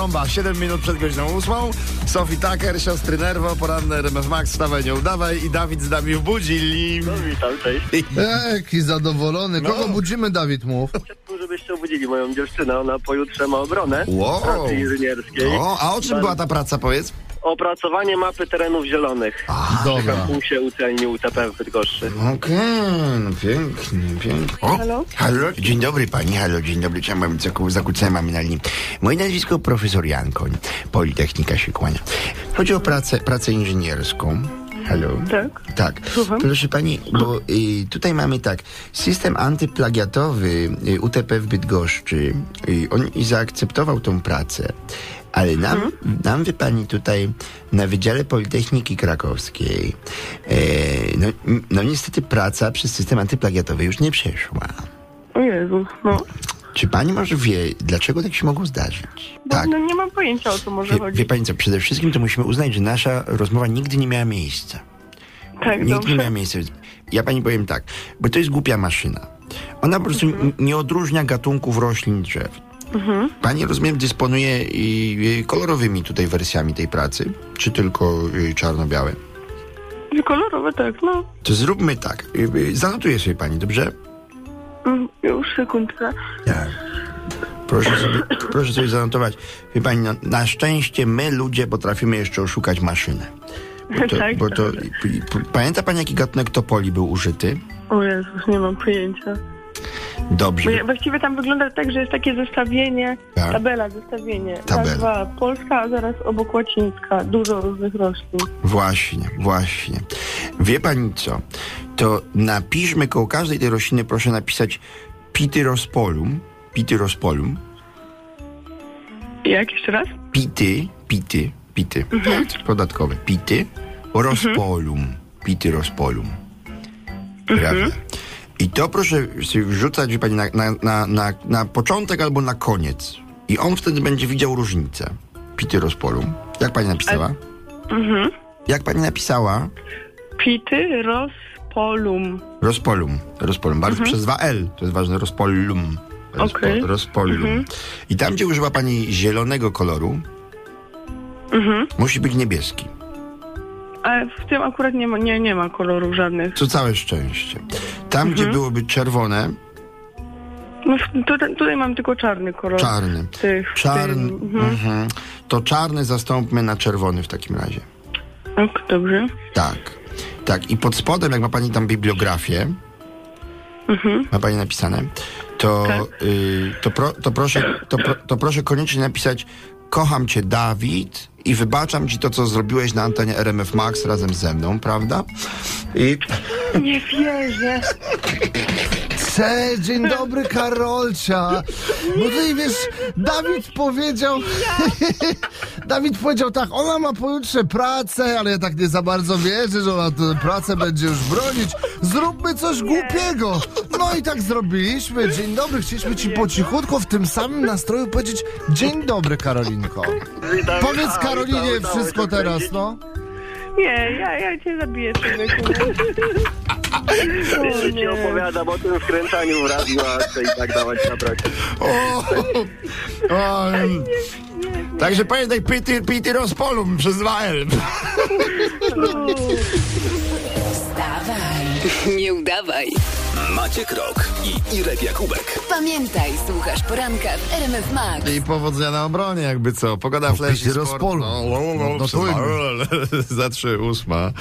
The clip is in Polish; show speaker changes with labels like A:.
A: Bomba, 7 minut przed godziną 8. Sophie Tucker, siostry Nerwo, poranne RMF Max, stawaj nie udawaj i Dawid z nami w Budzili.
B: No witam, cześć.
C: Jaki zadowolony. Kogo
A: No.
C: budzimy, Dawid, mów?
B: Chciałbym, żebyście obudzili moją dziewczynę. Ona pojutrze ma obronę
A: Wow.
B: pracy inżynierskiej.
D: No.
A: O, a o czym była ta praca, powiedz?
B: Opracowanie mapy terenów zielonych w
C: Dobra.
B: kampusie uczelni UTP w Bydgoszczy.
A: Okej, no pięknie, pięknie. O,
E: Halo?
A: halo?
D: Dzień dobry pani, halo, dzień dobry, czemu mam zaku- zakłócałem mam na linii. Moje nazwisko profesor Jankoń, Politechnika się kłania. Chodzi o pracę, pracę inżynierską. Halo?
E: Tak.
D: Tak.
E: Słucham.
D: Proszę pani, bo y, tutaj mamy tak, system antyplagiatowy y, UTP w Bydgoszczy, y, on i zaakceptował tą pracę, ale nam,
E: Mhm.
D: nam wie pani tutaj na Wydziale Politechniki Krakowskiej, e, no, no niestety praca przez system antyplagiatowy już nie przeszła.
E: O Jezu, no.
D: Czy pani może wie, dlaczego tak się mogło zdarzyć?
E: Bo
D: Tak.
E: No nie mam pojęcia o co może
D: Wie, wie
E: chodzić.
D: pani co, przede wszystkim to musimy uznać, że nasza rozmowa nigdy nie miała miejsca.
E: tak,
D: Nigdy nie
E: dobrze.
D: miała miejsca. Ja pani powiem tak, bo to jest głupia maszyna. Ona po prostu
E: Mhm.
D: n- nie odróżnia gatunków roślin drzew. Pani, rozumiem, dysponuje y, y, kolorowymi tutaj wersjami tej pracy, czy tylko y, czarno-białe?
E: Kolorowe tak, no.
D: To zróbmy tak. y, y, Zanotuję sobie pani, dobrze?
E: Mm, Już sekundkę.
D: Tak. Proszę sobie, proszę sobie zanotować. Wie pani, no, na szczęście my ludzie potrafimy jeszcze oszukać maszynę. Bo to,
E: tak.
D: bo to, p- p- pamięta pani, jaki gatunek topoli był użyty?
E: O Jezus, nie mam pojęcia. Bo
D: Dobrze.
E: ja, właściwie tam wygląda tak, że jest takie zestawienie,
D: Tak.
E: tabela, zestawienie.
D: Tabela.
E: Nazwa Polska, a zaraz obok łacińska. Dużo różnych roślin.
D: Właśnie, właśnie. Wie pani co? To napiszmy koło każdej tej rośliny, proszę napisać pityrospolum. Pityrospolum.
E: Jak jeszcze raz?
D: Pity, pity, pity. Tak, podatkowe. Pity, rozpolum. Pity, rozpolum. Prawda. I to proszę sobie wrzucać wie pani na, na, na, na, na początek albo na koniec. I on wtedy będzie widział różnicę. Pity, rozpolum. Jak pani napisała? Jak pani napisała?
E: Pity rospolum.
D: Rozpolum. Rozpolum. Bardzo przez dwa L. To jest ważne. Rozpolum. Rozpo,
E: Mhm. Okej. Mhm.
D: Rozpolum. I tam, gdzie używa pani zielonego koloru,
E: Mhm.
D: musi być niebieski.
E: Ale w tym akurat nie ma, nie, nie ma kolorów żadnych.
D: To całe szczęście. Tam, gdzie
E: Mhm.
D: byłoby czerwone,
E: No, w- tutaj, tutaj mam tylko czarny kolor.
D: czarny.
E: Tych,
D: Czarny.
E: tych- mhm.
D: Mhm. To czarny zastąpmy na czerwony w takim razie.
E: Tak, dobrze.
D: Tak. Tak. I pod spodem, jak ma pani tam bibliografię, ma pani napisane, to, y, to, pro, to, proszę, to, pro, to proszę koniecznie napisać Kocham cię, Dawid, i wybaczam ci to, co zrobiłeś na antenie RMF Max razem ze mną, prawda? I
E: Nie wierzę.
C: Cześć, dzień dobry, Karolcia. No ty wiesz, Dawid powiedział... Dawid powiedział tak, ona ma pojutrze pracę, ale ja tak nie za bardzo wierzę, że ona tę pracę będzie już bronić. Zróbmy coś głupiego. No i tak zrobiliśmy. Dzień dobry, chcieliśmy ci po cichutku w tym samym nastroju powiedzieć dzień dobry, Karolinko.
B: Witam.
C: Powiedz
B: A,
C: Karolinie
B: udało się
C: wszystko teraz,
B: odkręcić.
C: no.
E: Nie, ja, ja cię zabiję, człowieku. O
B: Jeszcze ci
E: nie.
B: opowiadam o tym wkręcaniu w radio, a to i tak dawać na brakę.
D: O, o, em, Także pamiętaj, pity, pity rozpolum przez 2L.
F: Wstawaj, nie udawaj.
G: Maciek Rok i Irek Jakubek.
F: Pamiętaj, słuchasz poranka w RMF Max.
A: I powodzenia na obronie, jakby co. Pogoda
C: No,
A: flash i
C: picie
A: sport.
C: rozpolu.
A: No, no, no,
C: No,
A: przez
C: to-
A: RL. Za trzy ósma.